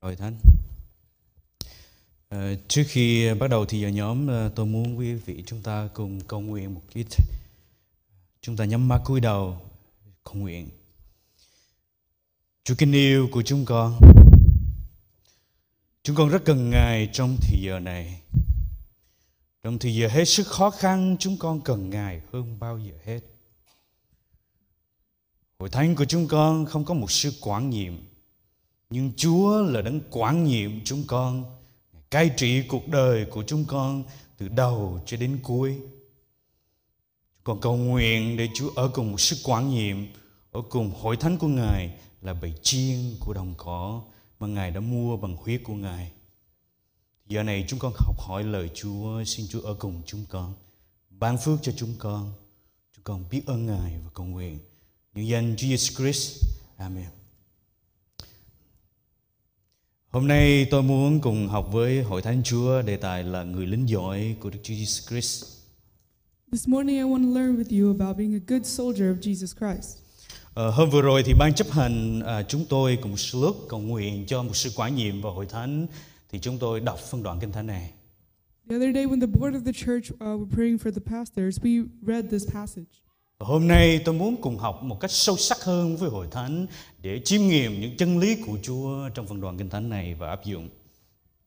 Hội Thánh. Ờ, Trước khi bắt đầu thì giờ nhóm, ờ, tôi muốn quý vị chúng ta cùng cầu nguyện một ít. Chúng ta nhắm mắt cúi đầu cầu nguyện. Chúa kính yêu của chúng con, chúng con rất cần Ngài trong thì giờ này. Trong thì giờ hết sức khó khăn, chúng con cần Ngài hơn bao giờ hết. Hội thánh của chúng con không có một sự quản nhiệm, nhưng Chúa là đấng quản nhiệm chúng con, cai trị cuộc đời của chúng con từ đầu cho đến cuối. Con cầu nguyện để Chúa ở cùng một sức quản nhiệm, ở cùng hội thánh của Ngài là bầy chiên của đồng cỏ mà Ngài đã mua bằng huyết của Ngài. Giờ này chúng con học hỏi lời Chúa, xin Chúa ở cùng chúng con, ban phước cho chúng con. Chúng con biết ơn Ngài và cầu nguyện. Nhân danh Chúa Jesus Christ. Amen. Hôm nay tôi muốn cùng học với Hội Thánh Chúa đề tài là người lính giỏi của Đức Chúa Jesus Christ. This morning, I want to learn with you about being a good soldier of Jesus Christ. Ờ, hôm vừa rồi thì ban chấp hành à, chúng tôi cùng sư lớp cầu nguyện cho một sự quả nhiệm và hội thánh thì chúng tôi đọc phân đoạn kinh thánh này. The other day, when the board of the church uh, were praying for the pastors, we read this passage. Và hôm nay tôi muốn cùng học một cách sâu sắc hơn với hội thánh để chiêm nghiệm những chân lý của Chúa trong phân đoạn kinh thánh này và áp dụng.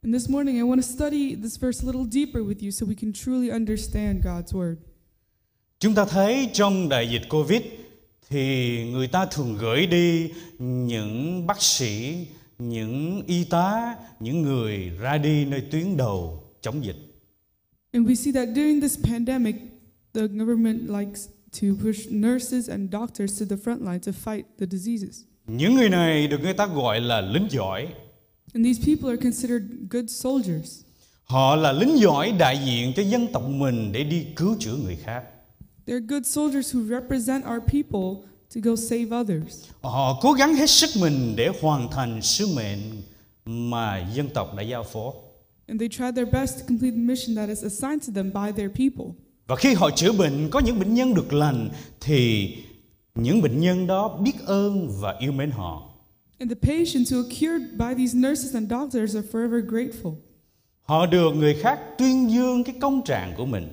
And this morning, I want to study this verse a little deeper with you so we can truly understand God's word. Chúng ta thấy trong đại dịch Covid thì người ta thường gửi đi những bác sĩ, những y tá, những người ra đi nơi tuyến đầu chống dịch. And we see that during this pandemic, the government likes to push nurses and doctors to the front line to fight the diseases. Những người này được người ta gọi là lính giỏi. And these people are considered good soldiers. Họ là lính giỏi đại diện cho dân tộc mình để đi cứu chữa người khác. They're good soldiers who represent our people to go save others. Họ cố gắng hết sức mình để hoàn thành sứ mệnh mà dân tộc đã giao phó. and they try their best to complete the mission that is assigned to them by their people. Và khi họ chữa bệnh có những bệnh nhân được lành thì những bệnh nhân đó biết ơn và yêu mến họ. And the patients who are cured by these nurses and doctors are forever grateful. Họ được người khác tuyên dương cái công trạng của mình.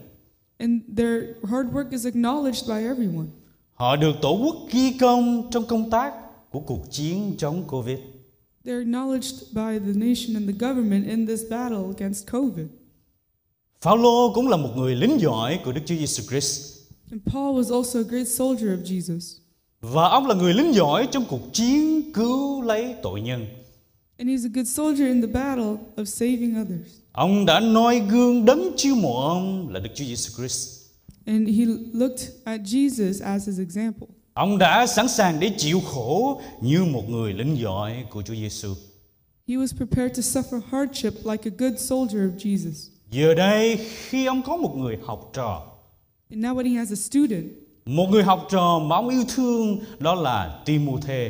And their hard work is acknowledged by everyone. Họ được Tổ quốc ghi công trong công tác của cuộc chiến chống Covid. They're acknowledged by the nation and the government in this battle against COVID. Phaolô cũng là một người lính giỏi của Đức Chúa Giêsu Christ And Paul was also a great soldier of Jesus. và ông là người lính giỏi trong cuộc chiến cứu lấy tội nhân. And he's a good soldier in the battle of saving others. Ông đã noi gương đấng chiêu mộ ông là Đức Chúa Giêsu Christ. And he looked at Jesus as his example. Ông đã sẵn sàng để chịu khổ như một người lính giỏi của Chúa Giêsu. He was prepared to suffer hardship like a good soldier of Jesus. Giờ đây khi ông có một người học trò And now when he has a student, Một người học trò mà ông yêu thương đó là Timothy,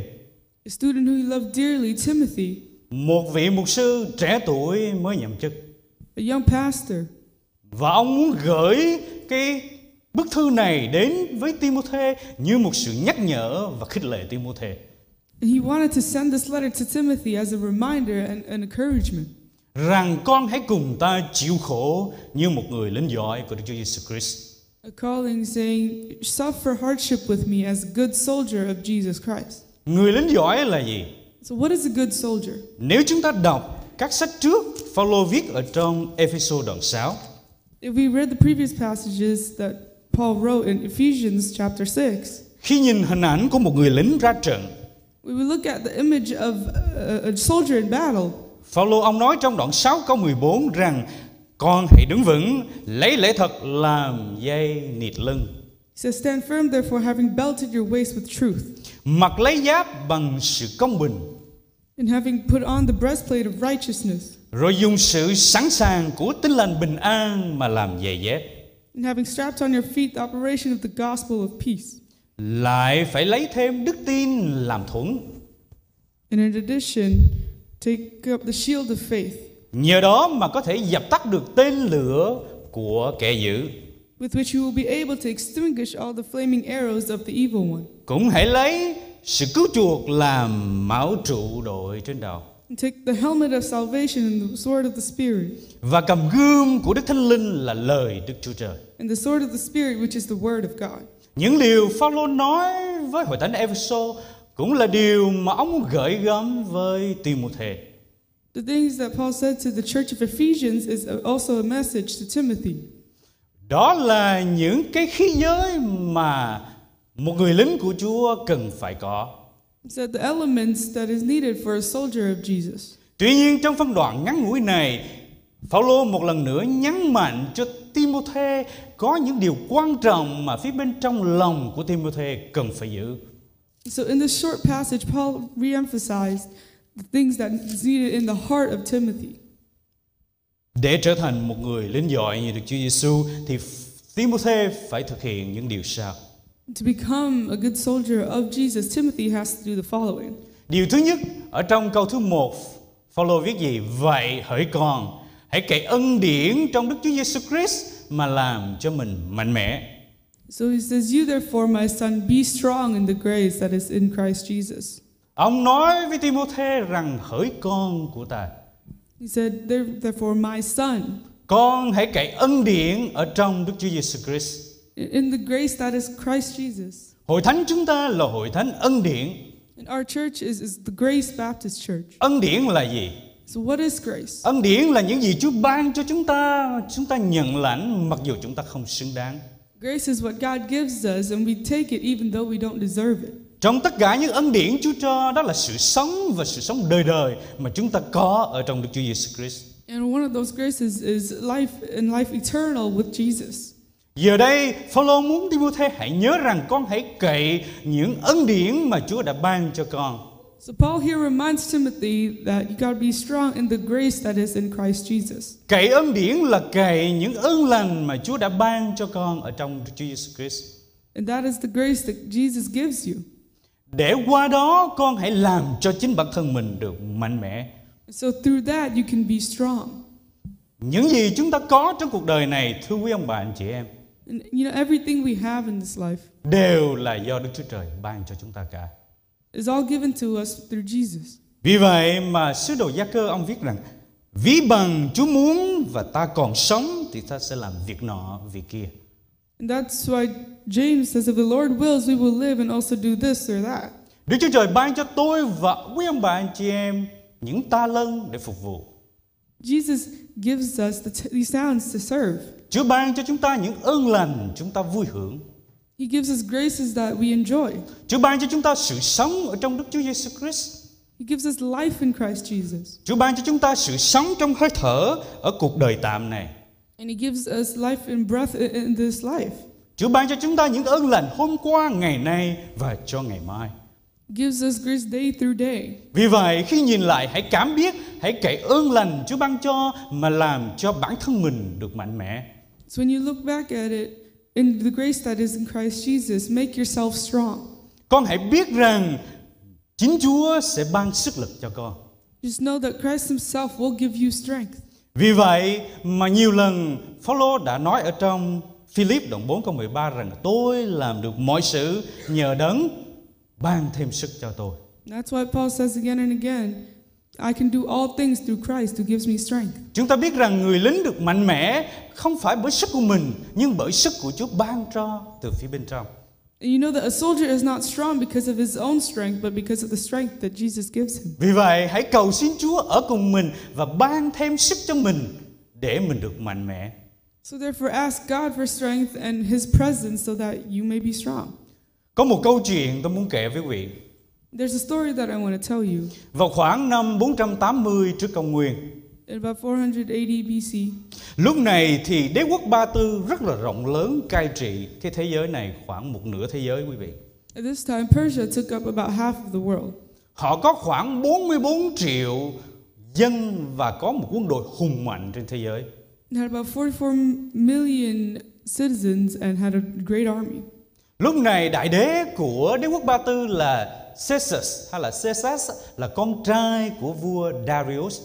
a student who he loved dearly, Timothy, một vị mục sư trẻ tuổi mới nhậm chức. a young pastor. Và ông muốn gửi cái bức thư này đến với Timothy như một sự nhắc nhở và khích lệ Timothy. And he wanted to send this letter to Timothy as a reminder and an encouragement Rằng con hãy cùng ta chịu khổ như một người lính giỏi của Đức Chúa Giêsu Christ. a calling saying, Suffer hardship with me as a good soldier of Jesus Christ. Người lính giỏi là gì? So, what is a good soldier? Nếu chúng ta đọc các sách trước Phaolô viết ở trong Ephesos đoạn 6 If we read the previous passages that Paul wrote in Ephesians chapter 6, Khi nhìn hình ảnh của một người lính ra trận we would look at the image of a, a soldier in battle. Phaolô ông nói trong đoạn 6 câu 14 rằng con hãy đứng vững lấy lẽ thật làm dây nịt lưng He says, Stand firm, therefore, having belted your waist with truth, mặc lấy giáp bằng sự công bình and having put on the breastplate of righteousness. rồi dùng sự sẵn sàng của tinh lành bình an mà làm giày dép And having strapped on your feet the operation of the gospel of peace. lại phải lấy thêm đức tin làm thuẫn And in addition, take up the shield of faith, nhờ đó mà có thể dập tắt được tên lửa của kẻ dữ with which you will be able to extinguish all the flaming arrows of the evil one. cũng hãy lấy sự cứu chuộc làm mão trụ đội trên đầu And take the helmet of salvation and the sword of the Spirit, và cầm gươm của Đức Thánh Linh là lời Đức Chúa Trời. and the sword of the Spirit, which is the Word of God. Những điều Phaolô nói với hội thánh Ephesos cũng là điều mà ông gửi gắm với Timôthê. The things that Paul said to the church of Ephesians is also a message to Timothy. Đó là những cái khí giới mà một người lính của Chúa cần phải có. He said the elements that is needed for a soldier of Jesus. Tuy nhiên trong phân đoạn ngắn ngủi này, Phaolô một lần nữa nhấn mạnh cho Timôthê có những điều quan trọng mà phía bên trong lòng của Timôthê cần phải giữ. So in this short passage, Paul reemphasized the things that is needed in the heart of Timothy. Để trở thành một người lính giỏi như Đức Chúa Giêsu thì Timôthê phải thực hiện những điều sau. To become a good soldier of Jesus, Timothy has to do the following. Điều thứ nhất ở trong câu thứ 1 Phaolô viết gì? Vậy hỡi con, hãy cậy ân điển trong Đức Chúa Giêsu Christ mà làm cho mình mạnh mẽ. So he says, You therefore, my son, be strong in the grace that is in Christ Jesus. Ông nói với Timôthê rằng hỡi con của ta, He said, "There- Therefore, my son, con hãy cậy ân điển ở trong Đức Chúa Giêsu Christ. in the grace that is Christ Jesus. Hội thánh chúng ta là hội thánh ân điển. And our church is, is the Grace Baptist Church. Ân điển là gì? So, what is grace? Ân điển là những gì Chúa ban cho chúng ta, chúng ta nhận lãnh mặc dù chúng ta không xứng đáng. Grace is what God gives us, and we take it even though we don't deserve it. Trong tất cả những ân điển Chúa cho đó là sự sống và sự sống đời đời mà chúng ta có ở trong Đức Chúa Giêsu Christ. And one of those graces is life and life eternal with Jesus. Giờ đây, Phaolô muốn Timôthê hãy nhớ rằng con hãy cậy những ân điển mà Chúa đã ban cho con. So Paul here reminds Timothy that you gotta be strong in the grace that is in Christ Jesus. Cậy ân điển là cậy những ơn lành mà Chúa đã ban cho con ở trong Đức Chúa Giêsu Christ. And that is the grace that Jesus gives you. Để qua đó con hãy làm cho chính bản thân mình được mạnh mẽ. And so through that you can be strong. Những gì chúng ta có trong cuộc đời này, thưa quý ông bà anh chị em, And you know everything we have in this life đều là do Đức Chúa Trời ban cho chúng ta cả. is all given to us through Jesus. Vì vậy mà sứ đồ Gia Cơ ông viết rằng Ví bằng Chúa muốn và ta còn sống thì ta sẽ làm việc nọ việc kia. And that's why James says if the Lord wills we will live and also do this or that. Đức Chúa Trời ban cho tôi và quý ông bà anh chị em những ta lân để phục vụ. Jesus gives us the t- these talents to serve. Chúa ban cho chúng ta những ơn lành chúng ta vui hưởng. He gives us graces that we enjoy. Chúa ban cho chúng ta sự sống ở trong Đức Chúa Giêsu Christ. He gives us life in Christ Jesus. Chúa ban cho chúng ta sự sống trong hơi thở ở cuộc đời tạm này. And He gives us life and breath i- in this life. Chúa ban cho chúng ta những ơn lành hôm qua, ngày nay và cho ngày mai. Gives us grace day through day. Vì vậy khi nhìn lại hãy cảm biết, hãy cậy ơn lành Chúa ban cho mà làm cho bản thân mình được mạnh mẽ. So when you look back at it, in the grace that is in Christ Jesus, make yourself strong. Con hãy biết rằng chính Chúa sẽ ban sức lực cho con. Just know that Christ Himself will give you strength. Vì vậy mà nhiều lần Phaolô đã nói ở trong Philip đoạn 4 câu 13 rằng tôi làm được mọi sự nhờ đấng ban thêm sức cho tôi. And that's why Paul says again and again, I can do all things through Christ who gives me strength. Chúng ta biết rằng người lính được mạnh mẽ không phải bởi sức của mình nhưng bởi sức của Chúa ban cho từ phía bên trong. And you know that a soldier is not strong because of his own strength, but because of the strength that Jesus gives him. Vì vậy hãy cầu xin Chúa ở cùng mình và ban thêm sức cho mình để mình được mạnh mẽ. So therefore, ask God for strength and His presence so that you may be strong. Có một câu chuyện tôi muốn kể với quý vị. There's a story that I want to tell you. Vào khoảng năm 480 trước công nguyên, In about 480 BC, lúc này thì đế quốc Ba Tư rất là rộng lớn cai trị cái thế giới này khoảng một nửa thế giới quý vị. at this time, Persia took up about half of the world. Họ có khoảng 44 triệu dân và có một quân đội hùng mạnh trên thế giới. It had about 44 million citizens and had a great army. Lúc này đại đế của đế quốc Ba Tư là Caesar hay là Caesar là con trai của vua Darius.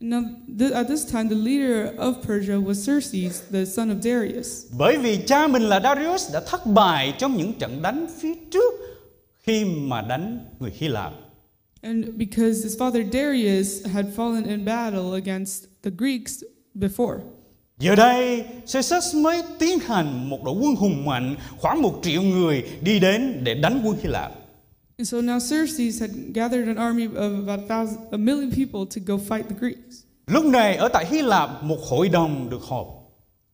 Now, th- at this time, the leader of Persia was Xerxes, the son of Darius, Bởi vì cha mình là Darius đã thất bại trong những trận đánh phía trước khi mà đánh người Hy Lạp. And because his father Darius had fallen in battle against the Greeks before. Giờ đây, Caesar mới tiến hành một đội quân hùng mạnh khoảng một triệu người đi đến để đánh quân Hy Lạp. And so now Xerxes had gathered an army of about a, thousand, a million people to go fight the Greeks. Lúc này ở tại Hy Lạp một hội đồng được họp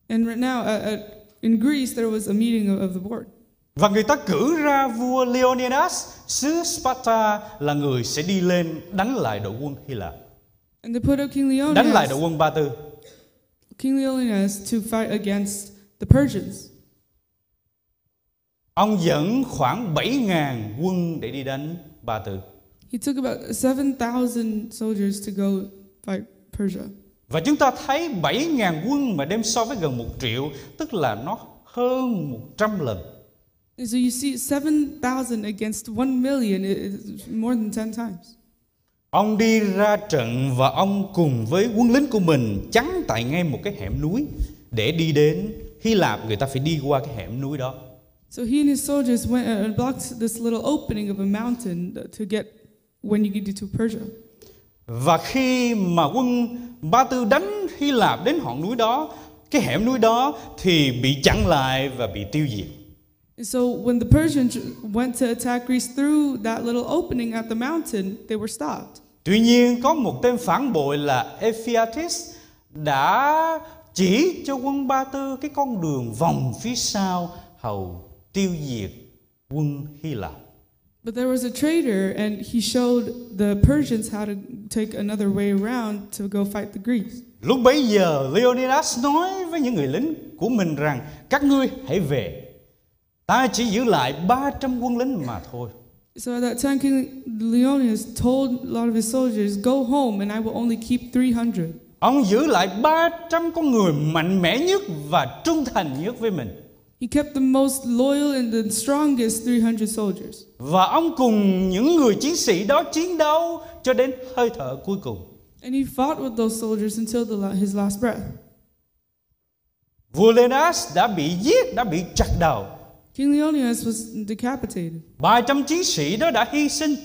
And right now, at, at, in Greece, there was a meeting of, of the board. và người ta cử ra vua Leonidas xứ Sparta là người sẽ đi lên đánh lại đội quân Hy Lạp, And they put up King đánh lại đội Leonidas, quân Ba Tư. King Leonidas to fight against the Persians. Ông dẫn khoảng 7.000 quân để đi đánh Ba Tư. He took about 7,000 soldiers to go fight Persia. Và chúng ta thấy 7.000 quân mà đem so với gần 1 triệu, tức là nó hơn 100 lần. And so you see, 7,000 against 1 million is more than 10 times. Ông đi ra trận và ông cùng với quân lính của mình chắn tại ngay một cái hẻm núi để đi đến Hy Lạp người ta phải đi qua cái hẻm núi đó. So he and his soldiers went and blocked this little opening of a mountain to get when you get to Persia. Và khi mà quân Ba Tư đánh Hy Lạp đến họn núi đó, cái hẻm núi đó thì bị chặn lại và bị tiêu diệt. And so when the Persians went to attack Greece through that little opening at the mountain, they were stopped. Tuy nhiên có một tên phản bội là Ephiatis đã chỉ cho quân Ba Tư cái con đường vòng phía sau hầu tiêu diệt quân Hy Lạp. But there was a traitor, and he showed the Persians how to take another way around to go fight the Greeks. Lúc bấy giờ Leonidas nói với những người lính của mình rằng các ngươi hãy về. Ta chỉ giữ lại 300 quân lính mà thôi. So at that time, King Leonidas told a lot of his soldiers, Go home, and I will only keep 300. Ông giữ lại 300 con người mạnh mẽ nhất và trung thành nhất với mình. He kept the most loyal and the strongest 300 soldiers. Và ông cùng những người chiến sĩ đó chiến đấu cho đến hơi thở cuối cùng. And he fought with those soldiers until the, la- his last breath. Vua Leonidas đã bị giết, đã bị chặt đầu. King Leonidas was decapitated. 300 chiến sĩ đó đã hy sinh.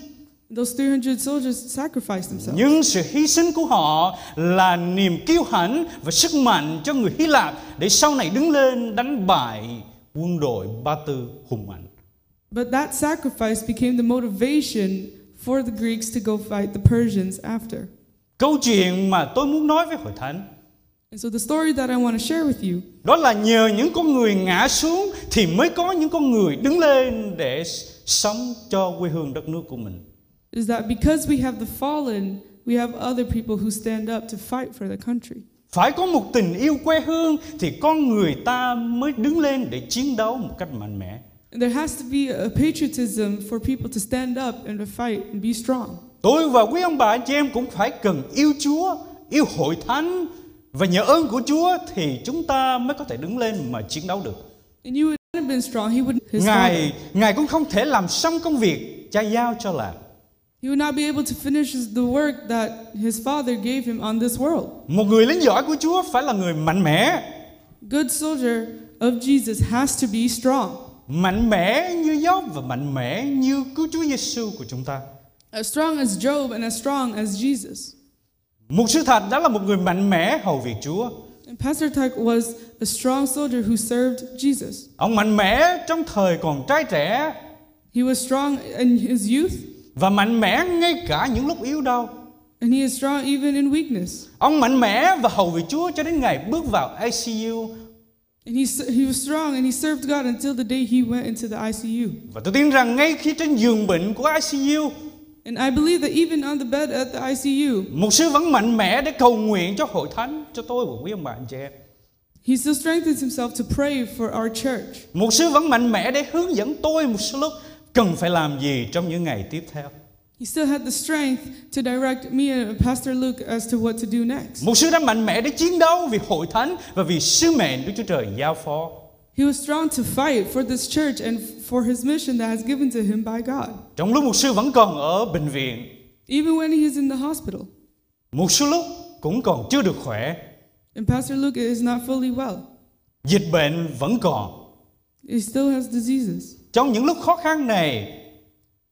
Those 300 soldiers sacrificed themselves. Nhưng sự hy sinh của họ là niềm kiêu hãnh và sức mạnh cho người Hy Lạp để sau này đứng lên đánh bại quân đội Ba Tư hùng mạnh. But that sacrifice became the motivation for the Greeks to go fight the Persians after. Câu chuyện mà tôi muốn nói với hội thánh And so the story that I want to share with you Đó là nhờ những con người ngã xuống thì mới có những con người đứng lên để s- sống cho quê hương đất nước của mình. is that because we have the fallen, we have other people who stand up to fight for the country. Phải có một tình yêu quê hương thì con người ta mới đứng lên để chiến đấu một cách mạnh mẽ. And there has to be a patriotism for people to stand up and to fight and be strong. Tôi và quý ông bà anh chị em cũng phải cần yêu Chúa, yêu hội thánh và nhờ ơn của Chúa thì chúng ta mới có thể đứng lên mà chiến đấu được. And you would not have been strong. He would his father, Ngài Ngài cũng không thể làm xong công việc cha giao cho làm. he would not be able to finish his- the work that his father gave him on this world. Một người lính giỏi của Chúa phải là người mạnh mẽ, Good soldier of Jesus has to be strong. mạnh mẽ như Gióp và mạnh mẽ như cứu Chúa Giêsu của chúng ta. As strong as Job and as strong as Jesus. Mục sư Thạch đã là một người mạnh mẽ hầu việc Chúa. And Pastor Tuck was a strong soldier who served Jesus. Ông mạnh mẽ trong thời còn trai trẻ He was strong in his youth, và mạnh mẽ ngay cả những lúc yếu đau. and he is strong even in weakness. Ông mạnh mẽ và hầu việc Chúa cho đến ngày bước vào ICU And he, s- he was strong and he served God until the day he went into the ICU. và tôi tin rằng ngay khi trên giường bệnh của ICU, And I believe that even on the bed at the ICU, mục sư vẫn mạnh mẽ để cầu nguyện cho hội thánh, cho tôi và quý ông bà anh chị em. he still strengthens himself to pray for our church. Mục sư vẫn mạnh mẽ để hướng dẫn tôi một số lúc cần phải làm gì trong những ngày tiếp theo. He still had the strength to direct me and Pastor Luke as to what to do next. Mục sư đã mạnh mẽ để chiến đấu vì hội thánh và vì sứ mệnh Đức Chúa Trời giao phó. He was strong to fight for this church and for his mission that has given to him by God. Trong lúc mục sư vẫn còn ở bệnh viện, Even when he is in the hospital một số lúc cũng còn chưa được khỏe, and Pastor Luke is not fully well, dịch bệnh vẫn còn. he still has diseases. Trong những lúc khó khăn này,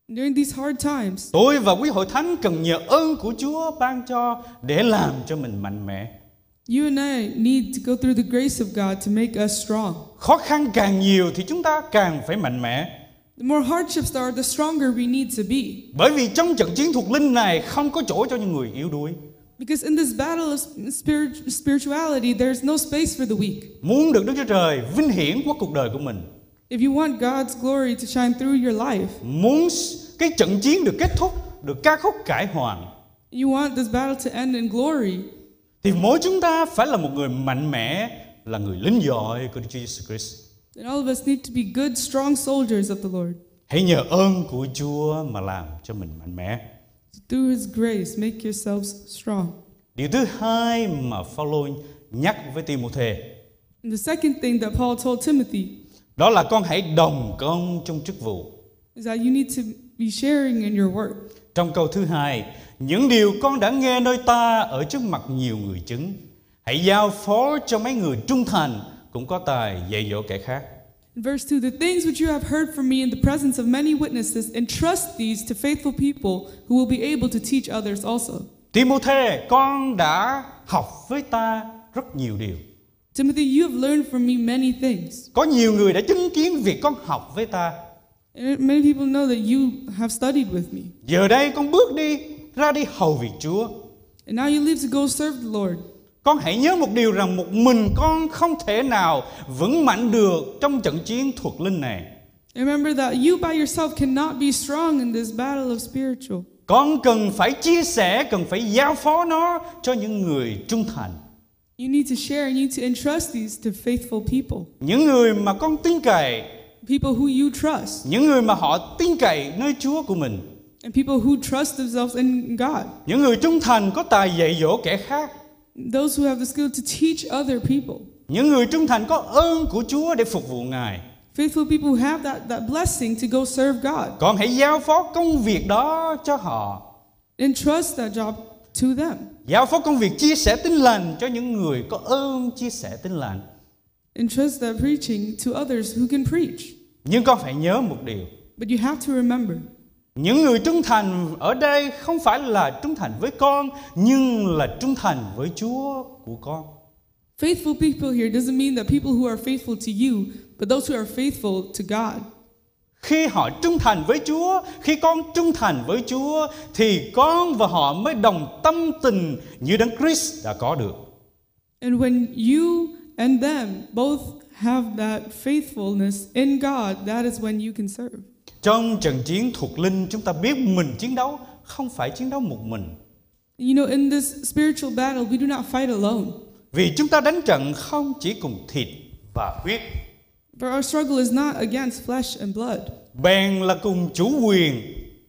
During these hard times, Tôi và quý hội thánh cần nhờ ơn của Chúa ban cho để làm cho mình mạnh mẽ. you and I need to go through the grace of God to make us strong. Khó khăn càng nhiều thì chúng ta càng phải mạnh mẽ. The more hardships there are, the stronger we need to be. Bởi vì trong trận chiến thuộc linh này không có chỗ cho những người yếu đuối. Because in this battle of spirit, spirituality, there's no space for the weak. Muốn được Đức Chúa Trời vinh hiển qua cuộc đời của mình. If you want God's glory to shine through your life, Muốn cái trận chiến được kết thúc, được ca khúc cải hoàn. you want this battle to end in glory, Thì mỗi chúng ta phải là một người mạnh mẽ, là người lính giỏi của Đức Chúa Jesus Christ. then all of us need to be good, strong soldiers of the Lord. Hãy nhờ ơn của Chúa mà làm cho mình mạnh mẽ. So through His grace, make yourselves strong. Điều thứ hai mà Phaolô nhắc với Timôthê And the second thing that Paul told Timothy đó là con hãy đồng công trong chức vụ. is that you need to be sharing in your work. Trong câu thứ hai, những điều con đã nghe nơi ta ở trước mặt nhiều người chứng, hãy giao phó cho mấy người trung thành cũng có tài dạy dỗ kẻ khác. In verse 2, the things which you have heard from me in the presence of many witnesses, entrust these to faithful people who will be able to teach others also. Timôthê, con đã học với ta rất nhiều điều. Timothy, you have learned from me many things. Có nhiều người đã chứng kiến việc con học với ta. And many people know that you have studied with me. Giờ đây con bước đi, ra đi hầu việc Chúa. And now you leave to go serve the Lord. Con hãy nhớ một điều rằng một mình con không thể nào vững mạnh được trong trận chiến thuộc linh này. And remember that you by yourself cannot be strong in this battle of spiritual. Con cần phải chia sẻ, cần phải giao phó nó cho những người trung thành. You need to share and you need to entrust these to faithful people. Những người mà con tin cậy, People who you trust những người mà họ tin cậy nơi Chúa của mình. and people who trust themselves in God. Những người trung thành có tài dạy dỗ kẻ khác. Those who have the skill to teach other people. Những người trung thành có ơn của Chúa để phục vụ Ngài. Faithful people who have that, that blessing to go serve God. Con hãy giao phó công việc đó cho họ. Entrust that job to them. Giao phó công việc chia sẻ tin lành cho những người có ơn chia sẻ tin lành. Entrust that preaching to others who can preach. Nhưng con phải nhớ một điều. But you have to remember Những người trung thành ở đây không phải là trung thành với con, nhưng là trung thành với Chúa của con. Faithful people here doesn't mean that people who are faithful to you, but those who are faithful to God. Khi họ trung thành với Chúa, khi con trung thành với Chúa thì con và họ mới đồng tâm tình như Đấng Christ đã có được. And when you and them both have that faithfulness in God, that is when you can serve. Trong trận chiến thuộc linh chúng ta biết mình chiến đấu không phải chiến đấu một mình. You know, in this spiritual battle, we do not fight alone. Vì chúng ta đánh trận không chỉ cùng thịt và huyết, For our struggle is not against flesh and blood, bèn là cùng chủ quyền,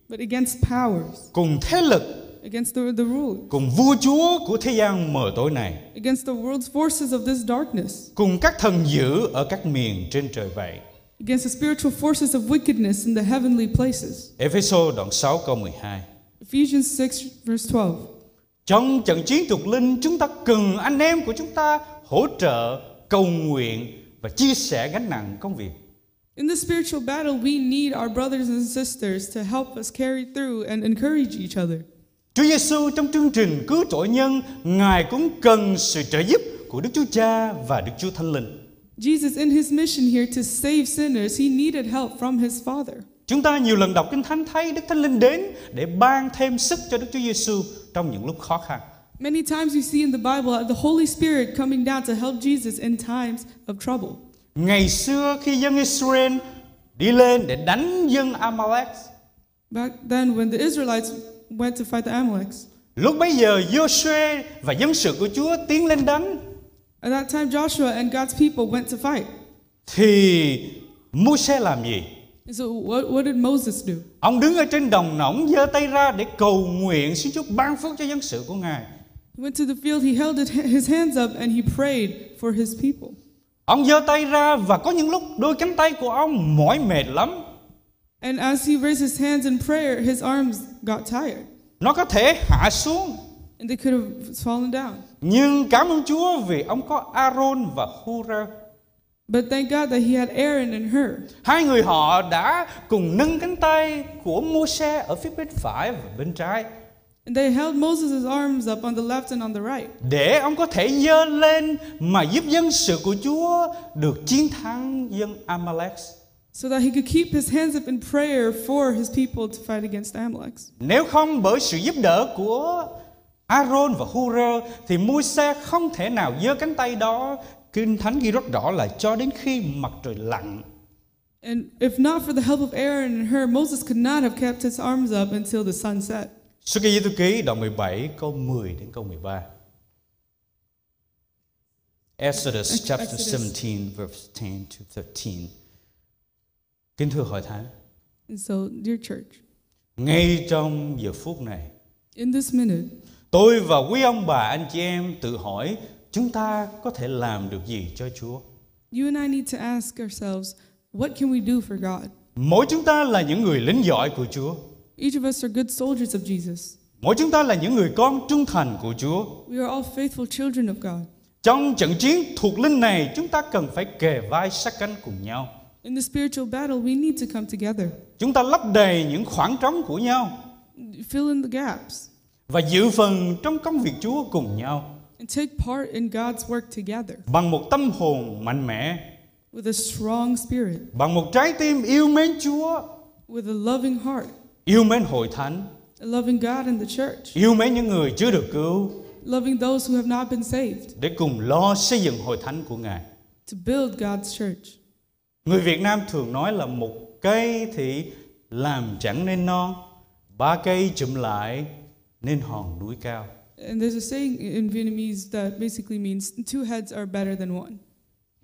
but against powers, cùng thế lực, against the, the rule, cùng vua chúa của thế gian mờ tối này. against the world's forces of this darkness, cùng các thần dữ ở các miền trên trời vậy. against the spiritual forces of wickedness in the heavenly places. Ephesos đoạn 6 câu 12. Ephesians 6, verse 12. Trong trận chiến thuộc linh, chúng ta cần anh em của chúng ta hỗ trợ, cầu nguyện và chia sẻ gánh nặng công việc. In the spiritual battle, we need our brothers and sisters to help us carry through and encourage each other. Chúa Giêsu trong chương trình cứu tội nhân, Ngài cũng cần sự trợ giúp của Đức Chúa Cha và Đức Chúa Thánh Linh. Jesus, in his mission here to save sinners, he needed help from his Father. Chúng ta nhiều lần đọc Kinh Thánh thấy Đức Thánh Linh đến để ban thêm sức cho Đức Chúa Giêsu trong những lúc khó khăn. Many times we see in the Bible the Holy Spirit coming down to help Jesus in times of trouble. Ngày xưa khi dân Israel đi lên để đánh dân Amalek, Back then, when the Israelites went to fight the Amaleks, lúc bấy giờ Joshua và dân sự của Chúa tiến lên đánh at that time Joshua and God's people went to fight. thì Môi-se làm gì? And so, what, what did Moses do? Ông đứng ở trên đồng nỏng giơ tay ra để cầu nguyện xin Chúa ban phước cho dân sự của Ngài. He went to the field, he held it- his hands up, and he prayed for his people. Ông giơ tay ra và có những lúc đôi cánh tay của ông mỏi mệt lắm. And as he raised his hands in prayer, his arms got tired Nó có thể hạ xuống. and they could have fallen down. Nhưng cảm ơn Chúa vì ông có Aaron và Hura. But thank God that he had Aaron and her. Hai người họ đã cùng nâng cánh tay của Môi-se ở phía bên phải và bên trái And they held Moses' arms up on the left and on the right để ông có thể dơ lên mà giúp dân sự của Chúa được chiến thắng dân Amalek. so that he could keep his hands up in prayer for his people to fight against Amalek. Nếu không bởi sự giúp đỡ của Aaron và Hur thì Môi-se không thể nào giơ cánh tay đó. Kinh Thánh ghi rất rõ là cho đến khi mặt trời lặn. And if not for the help of Aaron and her, Moses could not have kept his arms up until the sun set. Sư ký Thư ký đoạn 17 câu 10 đến câu 13. Exodus chapter Exodus. 17 verse 10 to 13. Kính thưa hội thánh, And so, dear church, ngay trong giờ phút này, in this minute, tôi và quý ông bà anh chị em tự hỏi chúng ta có thể làm được gì cho Chúa? you and I need to ask ourselves, what can we do for God? Mỗi chúng ta là những người lính giỏi của Chúa. Each of us are good soldiers of Jesus. Mỗi chúng ta là những người con trung thành của Chúa. We are all faithful children of God. Trong trận chiến thuộc linh này, chúng ta cần phải kề vai sát cánh cùng nhau. In the spiritual battle, we need to come together, Chúng ta lấp đầy những khoảng trống của nhau fill in the gaps, và dự phần trong công việc Chúa cùng nhau and take part in God's work together bằng một tâm hồn mạnh mẽ, with a strong spirit, bằng một trái tim yêu mến Chúa, with a loving heart, yêu mến hội thánh, loving God and the church, yêu mến những người chưa được cứu loving those who have not been saved, để cùng lo xây dựng hội thánh của Ngài. to build God's church. Người Việt Nam thường nói là một cây thì làm chẳng nên non, ba cây chụm lại nên hòn núi cao. And there's a saying in Vietnamese that basically means two heads are better than one.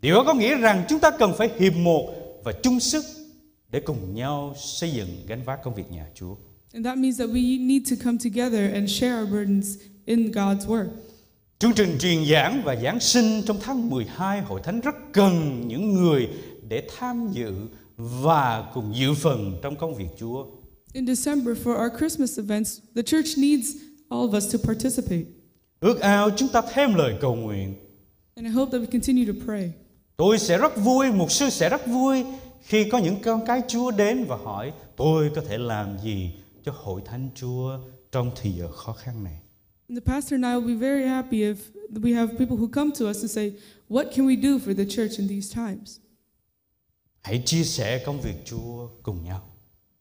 Điều đó có nghĩa rằng chúng ta cần phải hiệp một và chung sức để cùng nhau xây dựng gánh vác công việc nhà Chúa. And that means that we need to come together and share our burdens in God's work. Chương trình truyền giảng và giảng sinh trong tháng 12 Hội Thánh rất cần những người để tham dự và cùng dự phần trong công việc Chúa. In December, for our Christmas events, the church needs all of us to participate. Ước ao chúng ta thêm lời cầu nguyện. And I hope that we continue to pray. Tôi sẽ rất vui, mục sư sẽ rất vui khi có những con cái Chúa đến và hỏi tôi có thể làm gì cho Hội Thánh Chúa trong thời giờ khó khăn này. And the pastor and I will be very happy if we have people who come to us and say, What can we do for the church in these times? Hãy chia sẻ công việc Chúa cùng nhau.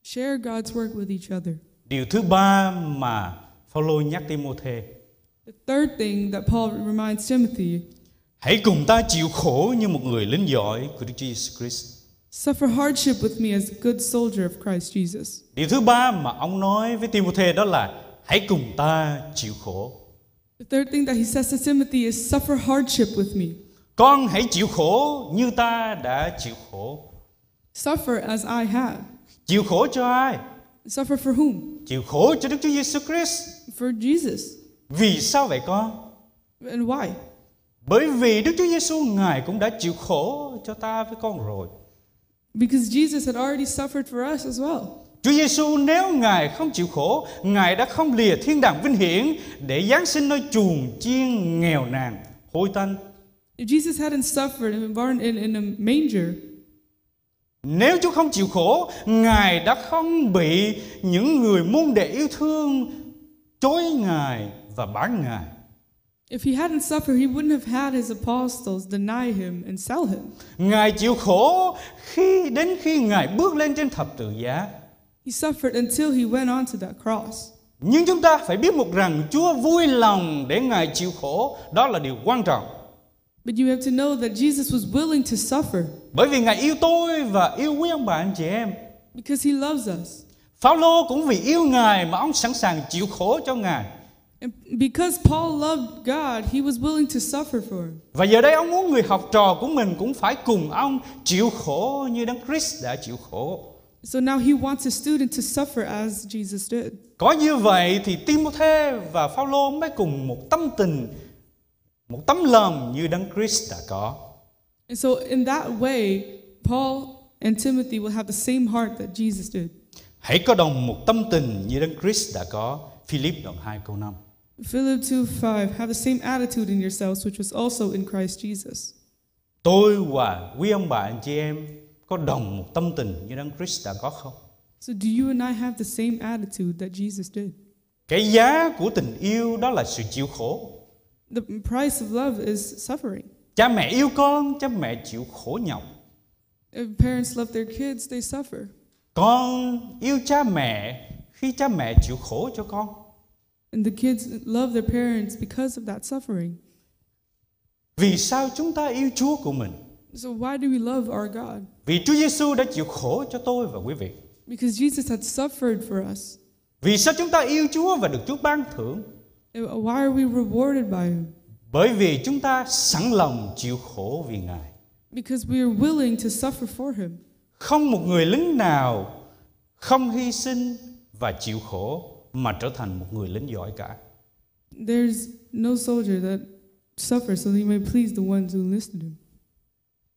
Share God's work with each other. Điều thứ ba mà Phaolô nhắc Timôthê, The third thing that Paul reminds Timothy hãy cùng ta chịu khổ như một người lính giỏi của Đức Chúa Jesus Christ. suffer hardship with me as a good soldier of Christ Jesus. Điều thứ ba mà ông nói với Timôthê đó là hãy cùng ta chịu khổ. The third thing that he says to Timothy is suffer hardship with me. Con hãy chịu khổ như ta đã chịu khổ. Suffer as I have. Chịu khổ cho ai? Suffer for whom? Chịu khổ cho Đức Chúa Giêsu Christ. For Jesus. Vì sao vậy con? And why? Bởi vì Đức Chúa Giêsu ngài cũng đã chịu khổ cho ta với con rồi. Because Jesus had already suffered for us as well. Chúa Giêsu nếu ngài không chịu khổ, ngài đã không lìa thiên đàng vinh hiển để giáng sinh nơi chuồng chiên nghèo nàn, hôi tanh. If Jesus hadn't suffered and been born in, in a manger, Nếu Chúa không chịu khổ, Ngài đã không bị những người môn đệ yêu thương chối Ngài và bán Ngài. if he hadn't suffered, he wouldn't have had his apostles deny him and sell him. Ngài chịu khổ khi đến khi Ngài bước lên trên thập tự giá. He suffered until he went onto that cross. Nhưng chúng ta phải biết một rằng Chúa vui lòng để Ngài chịu khổ, đó là điều quan trọng. But you have to know that Jesus was willing to suffer Bởi vì Ngài yêu tôi và yêu quý ông bà anh chị em. because he loves us. Phaolô cũng vì yêu Ngài mà ông sẵn sàng chịu khổ cho Ngài. And because Paul loved God, he was willing to suffer for him. Và giờ đây ông muốn người học trò của mình cũng phải cùng ông chịu khổ như Đấng Christ đã chịu khổ. So now he wants his student to suffer as Jesus did. Có như vậy thì Timôthê và Phaolô mới cùng một tâm tình, một tấm lòng như Đấng Christ đã có. And so in that way, Paul and Timothy will have the same heart that Jesus did. Hãy có đồng một tâm tình như Đấng Christ đã có. Philip đoạn 2 câu 5. Philip 2 5, have the same attitude in yourselves, which was also in Christ Jesus. tôi và quý ông bà anh chị em có đồng một tâm tình như Đấng Christ đã có không? So, do you and I have the same attitude that Jesus did? Cái giá của tình yêu đó là sự chịu khổ. The price of love is suffering. Cha mẹ yêu con, cha mẹ chịu khổ nhọc. If parents love their kids, they suffer. Con yêu cha mẹ khi cha mẹ chịu khổ cho con. And the kids love their parents because of that suffering. Vì sao chúng ta yêu Chúa của mình? So, why do we love our God? Vì Chúa Giêsu đã chịu khổ cho tôi và quý vị. Because Jesus had suffered for us. Vì sao chúng ta yêu Chúa và được Chúa ban thưởng? Uh, Why are we rewarded by Him? Bởi vì chúng ta sẵn lòng chịu khổ vì Ngài. Because we are willing to suffer for Him. Không một người lính nào không hy sinh và chịu khổ mà trở thành một người lính giỏi cả. There's no soldier that suffers so that he may please the ones who enlisted him.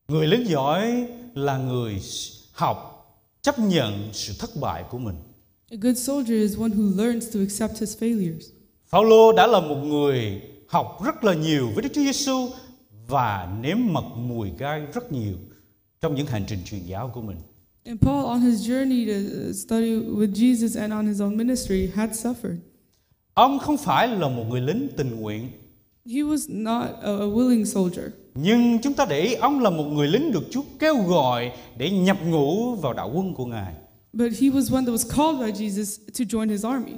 Người lính giỏi là người học chấp nhận sự thất bại của mình. A good soldier is one who learns to accept his failures. Phaolô đã là một người học rất là nhiều với Đức Chúa Giêsu và nếm mật mùi gai rất nhiều trong những hành trình truyền giáo của mình. And Paul, on his journey to uh, study with Jesus and on his own ministry, had suffered. Ông không phải là một người lính tình nguyện, He was not a a willing soldier, nhưng chúng ta để ý ông là một người lính được Chúa kêu gọi để nhập ngũ vào đạo quân của Ngài. but he was one that was called by Jesus to join his army.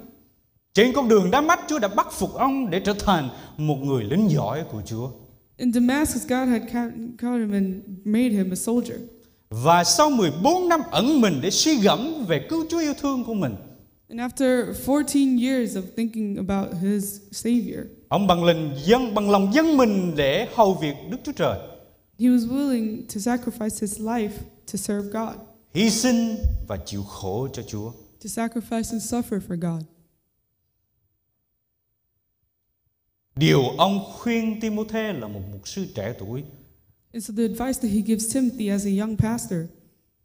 Trên con đường đá mắt Chúa đã bắt phục ông để trở thành một người lính giỏi của Chúa. In Damascus, God had ca- caught him and made him a soldier. Và sau 14 năm ẩn mình để suy gẫm về cứu Chúa yêu thương của mình, And after 14 years of thinking about his Savior, ông bằng lòng dân bằng lòng dân mình để hầu việc Đức Chúa Trời, he was willing to sacrifice his life to serve God, hy sinh và chịu khổ cho Chúa. to sacrifice and suffer for God. Điều ông khuyên Timôthê là một mục sư trẻ tuổi, And so the advice that he gives Timothy as a young pastor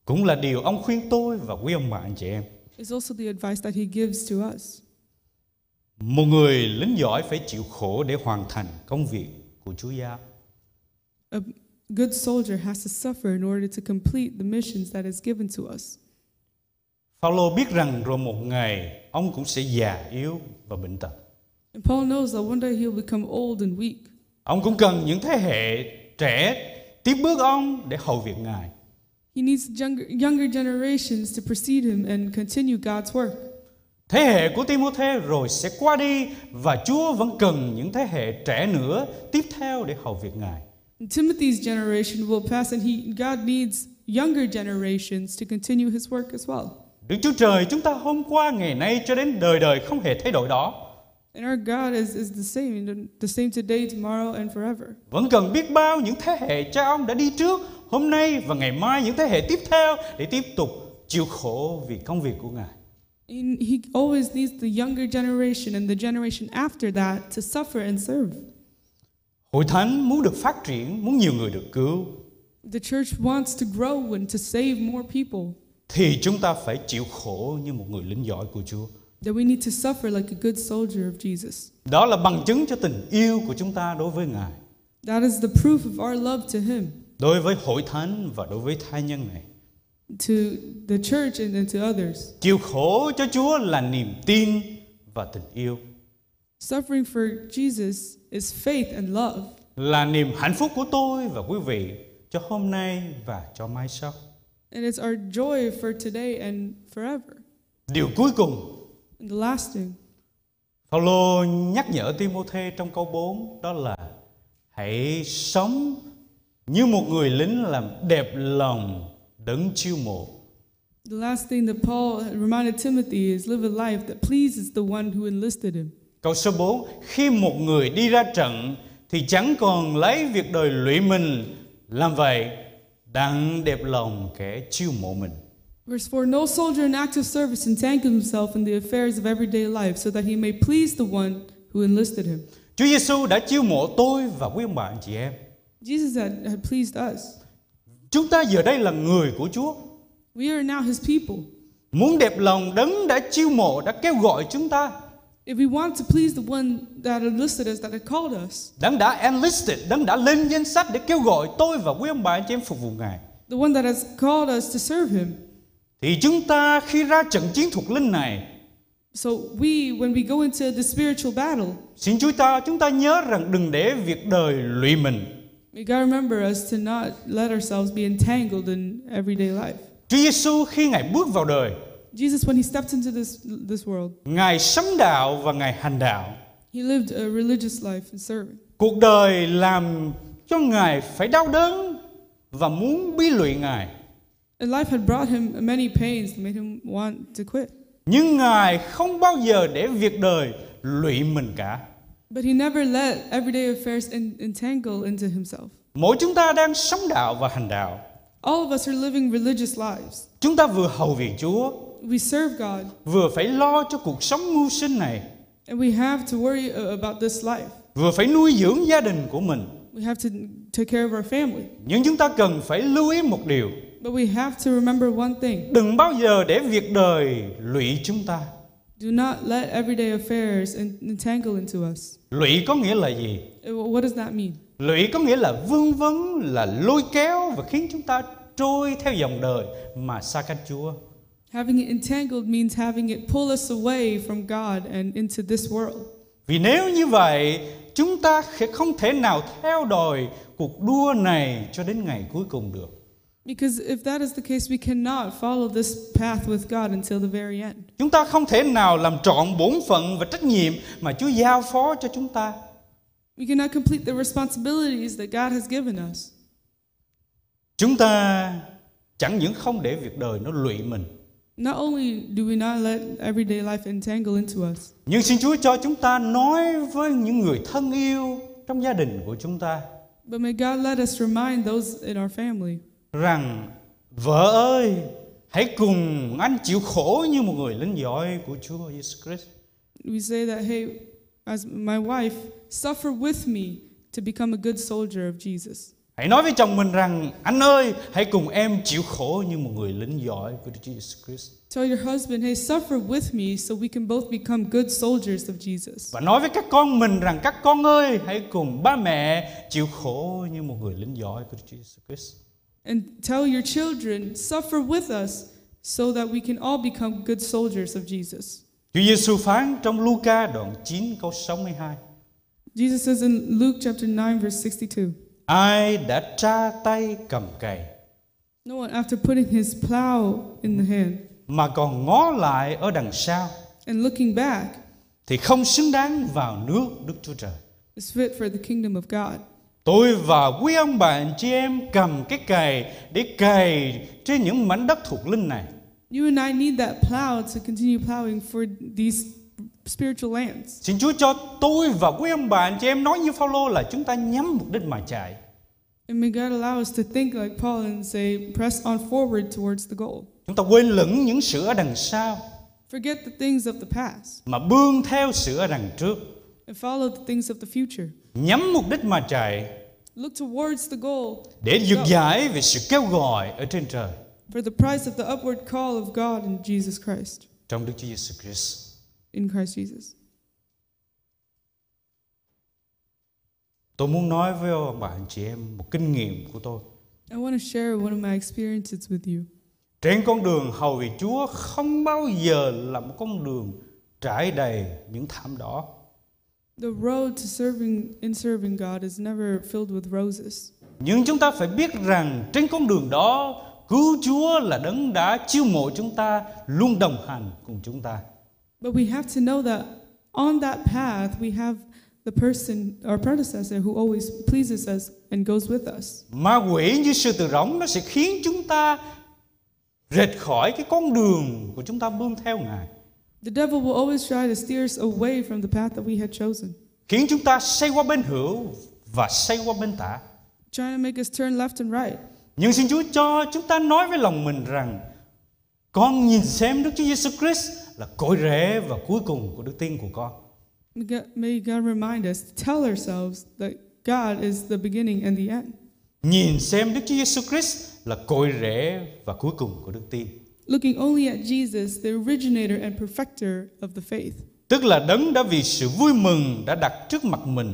cũng là điều ông khuyên tôi và quý ông bà anh chị em. is also the advice that he gives to us. Một người lính giỏi phải chịu khổ để hoàn thành công việc của Chúa Giêsu. A good soldier has to suffer in order to complete the missions that is given to us. Phaolô biết rằng rồi một ngày ông cũng sẽ già yếu và bệnh tật. And Paul knows that one day he'll become old and weak. Ông cũng cần những thế hệ trẻ tiếp bước ông để hầu việc Ngài. He needs younger, younger generations to precede him and continue God's work. Thế hệ của Timôthê rồi sẽ qua đi và Chúa vẫn cần những thế hệ trẻ nữa tiếp theo để hầu việc Ngài. And Timothy's generation will pass, and he, God needs younger generations to continue his work as well. Đức Chúa Trời chúng ta hôm qua ngày nay cho đến đời đời không hề thay đổi đó. And our God is, is the same, the same today, tomorrow, and forever. Vẫn cần biết bao những thế hệ cha ông đã đi trước hôm nay và ngày mai những thế hệ tiếp theo để tiếp tục chịu khổ vì công việc của Ngài. He he always needs the younger generation and the generation after that to suffer and serve. Hội thánh muốn được phát triển, muốn nhiều người được cứu The church wants to grow and to save more people, thì chúng ta phải chịu khổ như một người lính giỏi của Chúa. that we need to suffer like a good soldier of Jesus. Đó là bằng chứng cho tình yêu của chúng ta đối với Ngài, That is the proof of our love to Him, đối với hội thánh và đối với thai nhân này. to the church, and, and to others. Chịu khổ cho Chúa là niềm tin và tình yêu, Suffering for Jesus is faith and love. là niềm hạnh phúc của tôi và quý vị cho hôm nay và cho mai sau. And it's our joy for today and forever. Điều cuối cùng, And the last thing, Phaolô nhắc nhở Timôthê trong câu 4 đó là hãy sống như một người lính làm đẹp lòng đấng chiêu mộ. the last thing that Paul reminded Timothy is live a life that pleases the one who enlisted him. Câu số 4 Khi một người đi ra trận Thì chẳng còn lấy việc đời lụy mình Làm vậy Đặng đẹp lòng kẻ chiêu mộ mình Verse 4 No soldier in active service entangle himself in the affairs of everyday life, so that he may please the one who enlisted him. Chúa Giêsu đã chiêu mộ tôi và quý ông bà anh chị em Jesus had, had pleased us. Chúng ta giờ đây là người của Chúa We are now his people. Muốn đẹp lòng đấng đã chiêu mộ Đã kêu gọi chúng ta If we want to please the one that enlisted us, that had called us, Đấng đã enlisted, Đấng đã lên danh sách để kêu gọi tôi và quý ông bà anh chị em phục vụ Ngài. the one that has called us to serve him. Thì chúng ta khi ra trận chiến thuộc linh này, So we, when we go into the spiritual battle, xin Chúa ta chúng ta nhớ rằng đừng để việc đời lụy mình. we gotta remember us to not let ourselves be entangled in everyday life. Chúa Giêsu khi Ngài bước vào đời, Jesus, when he stepped into this this world, Ngài sống đạo và Ngài hành đạo. he lived a religious life and serving. Cuộc đời làm cho Ngài phải đau đớn và muốn bí lụy Ngài. And life had brought him many pains, made him want to quit. Nhưng Ngài không bao giờ để việc đời lụy mình cả. But he never let everyday affairs en- entangle into himself. Mỗi chúng ta đang sống đạo và hành đạo. All of us are living religious lives. Chúng ta vừa hầu việc Chúa, We serve God, vừa phải lo cho cuộc sống mưu sinh này, and we have to worry uh, about this life. vừa phải nuôi dưỡng gia đình của mình. We have to take care of our family. Nhưng chúng ta cần phải lưu ý một điều, But we have to remember one thing đừng bao giờ để việc đời lụy chúng ta. do not let everyday affairs en- entangle into us. Lụy có nghĩa là gì? Uh, What does that mean? Lụy có nghĩa là vương vấn, là lôi kéo và khiến chúng ta trôi theo dòng đời mà xa cách Chúa. Having it entangled means having it pull us away from God and into this world. Vì nếu như vậy, chúng ta sẽ không thể nào theo đòi cuộc đua này cho đến ngày cuối cùng được. Because if that is the case, we cannot follow this path with God until the very end. Chúng ta không thể nào làm trọn bổn phận và trách nhiệm mà Chúa giao phó cho chúng ta. We cannot complete the responsibilities that God has given us. Chúng ta chẳng những không để việc đời nó lụy mình, Not only do we not let everyday life entangle into us, nhưng xin Chúa cho chúng ta nói với những người thân yêu trong gia đình của chúng ta but may God let us remind those in our family rằng vợ ơi, hãy cùng anh chịu khổ như một người lính giỏi của Chúa Jesus Christ. we say that, hey, as my wife, suffer with me to become a good soldier of Jesus. Hãy nói với chồng mình rằng anh ơi, hãy cùng em chịu khổ như một người lính giỏi của Đức Chúa Jesus Christ. Tell your husband, hey, suffer with me so we can both become good soldiers of Jesus. Và nói với các con mình rằng các con ơi, hãy cùng ba mẹ chịu khổ như một người lính giỏi của Đức Chúa Jesus Christ. And tell your children, suffer with us so that we can all become good soldiers of Jesus. Chúa Giêsu phán trong Luca đoạn 9 câu 62. Jesus says in Luke chapter 9, verse 62 Ai đã tra tay cầm cày No one, after putting his plow in the hand mà còn ngó lại ở đằng sau and looking back, thì không xứng đáng vào nước Đức Chúa Trời. is fit for the kingdom of God. Tôi và quý ông bà anh chị em cầm cái cày để cày trên những mảnh đất thuộc linh này. You and I need that plow to continue plowing for these spiritual lands. Xin Chúa cho tôi và quý ông bà anh chị em nói như Phaolô là chúng ta nhắm mục đích mà chạy. And may God allow us to think like Paul and say, press on forward towards the goal. Chúng ta quên lửng những sự ở đằng sau Forget the things of the past mà bươn theo sự ở đằng trước. and follow the things of the future. Nhắm mục đích mà chạy Look towards the goal để dược giải về sự kêu gọi ở trên trời for the price of the upward call of God in Jesus Christ, trong Đức Chúa Giêsu Christ. in Christ Jesus. Tôi muốn nói với ông bà anh chị em một kinh nghiệm của tôi. I want to share one of my experiences with you. Trên con đường hầu vị Chúa không bao giờ là một con đường trải đầy những thảm đỏ. The road to serving in serving God is never filled with roses. Nhưng chúng ta phải biết rằng trên con đường đó cứu Chúa là đấng đã chiêu mộ chúng ta, luôn đồng hành cùng chúng ta. But we have to know that on that path, we have the person, our predecessor, who always pleases us and goes with us. Ma quỷ như sư tử rỗng nó sẽ khiến chúng ta rệt khỏi cái con đường của chúng ta bươn theo Ngài. The devil will always try to steer us away from the path that we had chosen, Khiến chúng ta xây qua bên hữu và xây qua bên tả. trying to make us turn left and right. Nhưng xin Chúa cho chúng ta nói với lòng mình rằng con nhìn xem Đức Chúa Giêsu Christ là cội rễ và cuối cùng của đức tin của con. May God- May God remind us to tell ourselves that God is the beginning and the end. Nhìn xem Đức Chúa Giêsu Christ là cội rễ và cuối cùng của đức tin. Looking only at Jesus, the originator and perfecter of the faith. Tức là đấng đã vì sự vui mừng đã đặt trước mặt mình,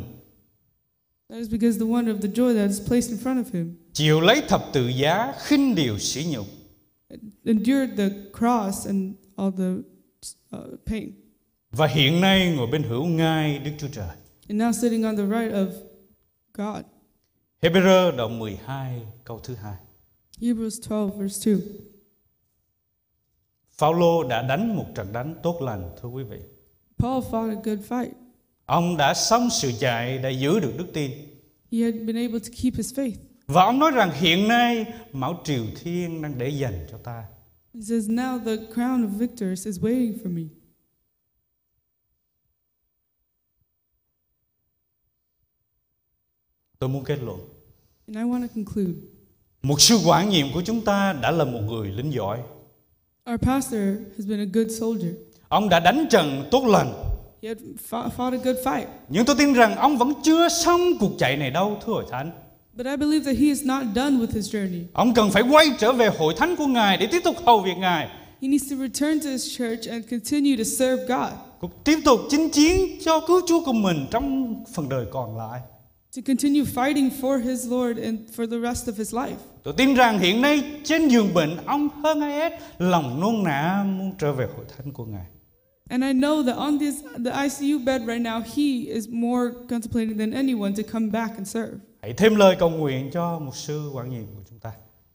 That is because the wonder of the joy that is placed in front of him chịu lấy thập tự giá, khinh điều sỉ nhục, endured the cross and all the uh, pain, và hiện nay ngồi bên hữu ngai Đức Chúa Trời. and now sitting on the right of God. Hebrew đoạn 12 câu thứ hai. Hebrews 12, verse 2. Phaolô đã đánh một trận đánh tốt lành thưa quý vị. Paul fought a good fight. Ông đã xong sự chạy, đã giữ được đức tin. He had been able to keep his faith. Và ông nói rằng hiện nay Mão Triều Thiên đang để dành cho ta. He says, Now the crown of victors is waiting for me. Tôi muốn kết luận. And I want to conclude. Một sư quản nhiệm của chúng ta đã là một người lính giỏi. Our pastor has been a good soldier. Ông đã đánh trận tốt lành. He had fought, fought a good fight. Nhưng tôi tin rằng ông vẫn chưa xong cuộc chạy này đâu thưa Hội Thánh. But I believe that he is not done with his journey. Ông cần phải quay trở về Hội Thánh của Ngài để tiếp tục hầu việc Ngài. He needs to return to his church and continue to serve God, Cũng Tiếp tục chinh chiến cho cứu Chúa của mình trong phần đời còn lại. to continue fighting for his Lord and for the rest of his life. Tôi tin rằng hiện nay trên giường bệnh ông hơn ai hết lòng nôn nả muốn trở về hội thánh của Ngài. And I know that on this, the ICU bed right now, he is more contemplating than anyone to come back and serve. Hãy thêm lời cầu nguyện cho một sư quản nhiệm của chúng ta.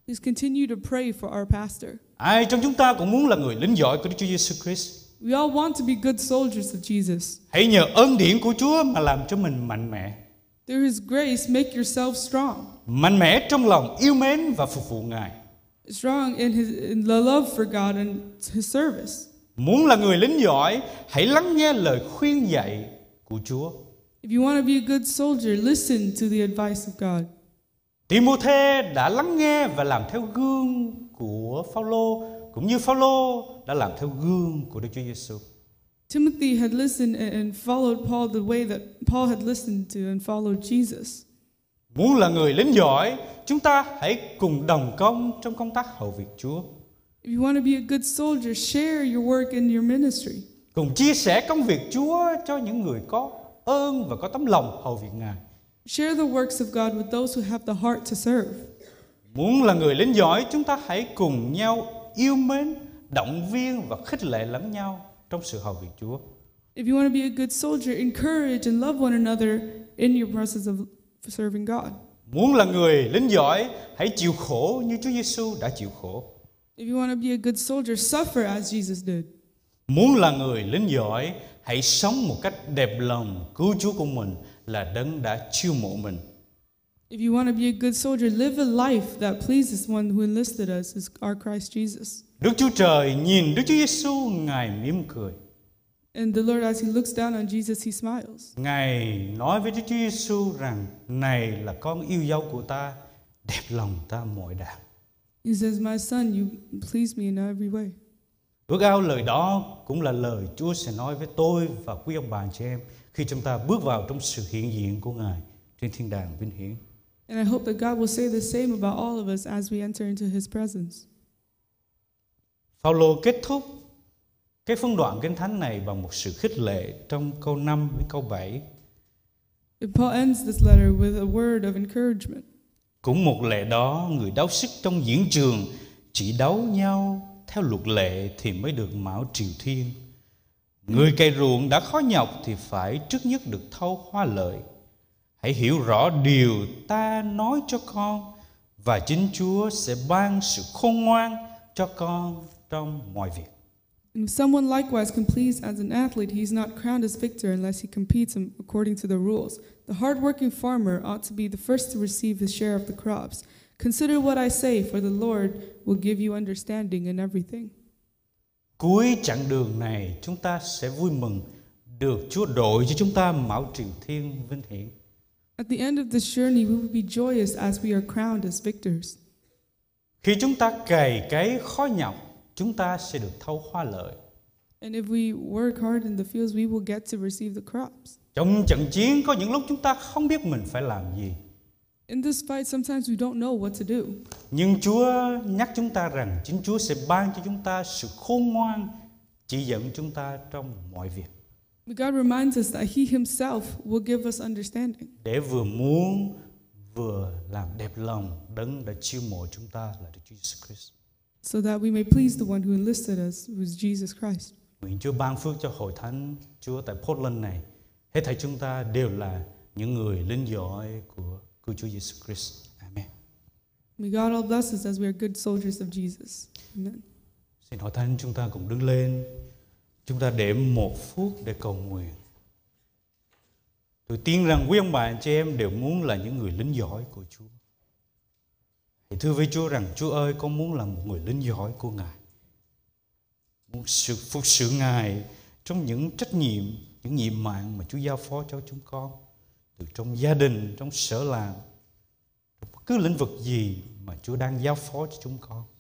Please continue to pray for our pastor. Ai trong chúng ta cũng muốn là người lính giỏi của Đức Chúa Giêsu Christ. We all want to be good soldiers of Jesus. Hãy nhờ ơn điển của Chúa mà làm cho mình mạnh mẽ. Through his grace, make yourself strong, Mạnh mẽ trong lòng yêu mến và phục vụ Ngài. strong in his in the love for God and his service. Muốn là người lính giỏi, hãy lắng nghe lời khuyên dạy của Chúa. If you want to be a good soldier, listen to the advice of God. Timôthê đã lắng nghe và làm theo gương của Phaolô cũng như Phaolô đã làm theo gương của Đức Chúa Giêsu. Timothy had listened and- and followed Paul the way that Paul had listened to and followed Jesus. Muốn là người lính giỏi, chúng ta hãy cùng đồng công trong công tác hầu việc Chúa, If you want to be a good soldier, share your work in your ministry. cùng chia sẻ công việc Chúa cho những người có ơn và có tấm lòng hầu việc Ngài. Share the works of God with those who have the heart to serve. Muốn là người lính giỏi, chúng ta hãy cùng nhau yêu mến, động viên và khích lệ lẫn nhau trong sự hầu việc Chúa. If you want to be a good soldier, encourage and love one another in your process of serving God. Muốn là người lính giỏi, hãy chịu khổ như Chúa Giêsu đã chịu khổ. If you want to be a good soldier, suffer as Jesus did. Muốn là người lính giỏi, hãy sống một cách đẹp lòng cứu Chúa của mình là đấng đã chiêu mộ mình. If you want to be a good soldier, live a life that pleases one who enlisted us, is our Christ Jesus. Đức Chúa Trời nhìn Đức Chúa Giêsu ngài mỉm cười. And the Lord, as He looks down on Jesus, He smiles. Ngài nói với Đức Chúa Giêsu rằng: "Này là con yêu dấu của ta, đẹp lòng ta mọi đàng." He says, My son, you please me in every way. Ước ao lời đó cũng là lời Chúa sẽ nói với tôi và quý ông bà anh chị em khi chúng ta bước vào trong sự hiện diện của Ngài trên thiên đàng vinh hiển. And I hope that God will say the same about all of us as we enter into His presence. Phaolô kết thúc cái phân đoạn kinh thánh này bằng một sự khích lệ trong câu 5 đến câu 7 And Paul ends this letter with a word of encouragement. Cũng một lệ đó, người đấu sức trong diễn trường chỉ đấu nhau theo luật lệ thì mới được mão triều thiên. Người cày ruộng đã khó nhọc thì phải trước nhất được thâu hoa lợi. Hãy hiểu rõ điều ta nói cho con và chính Chúa sẽ ban sự khôn ngoan cho con trong mọi việc. And if someone likewise completes as an athlete, he is not crowned as victor unless he competes in- according to the rules. The hardworking farmer ought to be the first to receive his share of the crops. Consider what I say, for the Lord will give you understanding in everything. Cuối chặng đường này chúng ta sẽ vui mừng được Chúa đội cho chúng ta mão triều thiên vinh hiển. At the end of this journey, we will be joyous as we are crowned as victors. Khi chúng ta cày cấy khó nhọc, chúng ta sẽ được thâu hoa lợi. And if we work hard in the fields, we will get to receive the crops. Trong trận chiến có những lúc chúng ta không biết mình phải làm gì, In this fight, sometimes we don't know what to do, nhưng Chúa nhắc chúng ta rằng chính Chúa sẽ ban cho chúng ta sự khôn ngoan chỉ dẫn chúng ta trong mọi việc. But God reminds us that He Himself will give us understanding để vừa muốn vừa làm đẹp lòng đấng đã chiêu mộ chúng ta là Đức Chúa Jesus Christ. so that we may please the one who enlisted us, who is Jesus Christ. Nguyện Chúa ban phước cho hội thánh Chúa tại Portland này. Hết thảy chúng ta đều là những người linh giỏi của cứu Chúa Jesus Christ. Amen. May God all bless us as we are good soldiers of Jesus. Amen. Xin hội thánh chúng ta cùng đứng lên. Chúng ta để một phút để cầu nguyện. Tôi tin rằng quý ông bà anh chị em đều muốn là những người lính giỏi của Chúa. Hãy thưa với Chúa rằng Chúa ơi con muốn là một người lính giỏi của Ngài. Muốn sự phục sự Ngài trong những trách nhiệm, những nhiệm mạng mà Chúa giao phó cho chúng con. Từ trong gia đình, trong sở làm, trong bất cứ lĩnh vực gì mà Chúa đang giao phó cho chúng con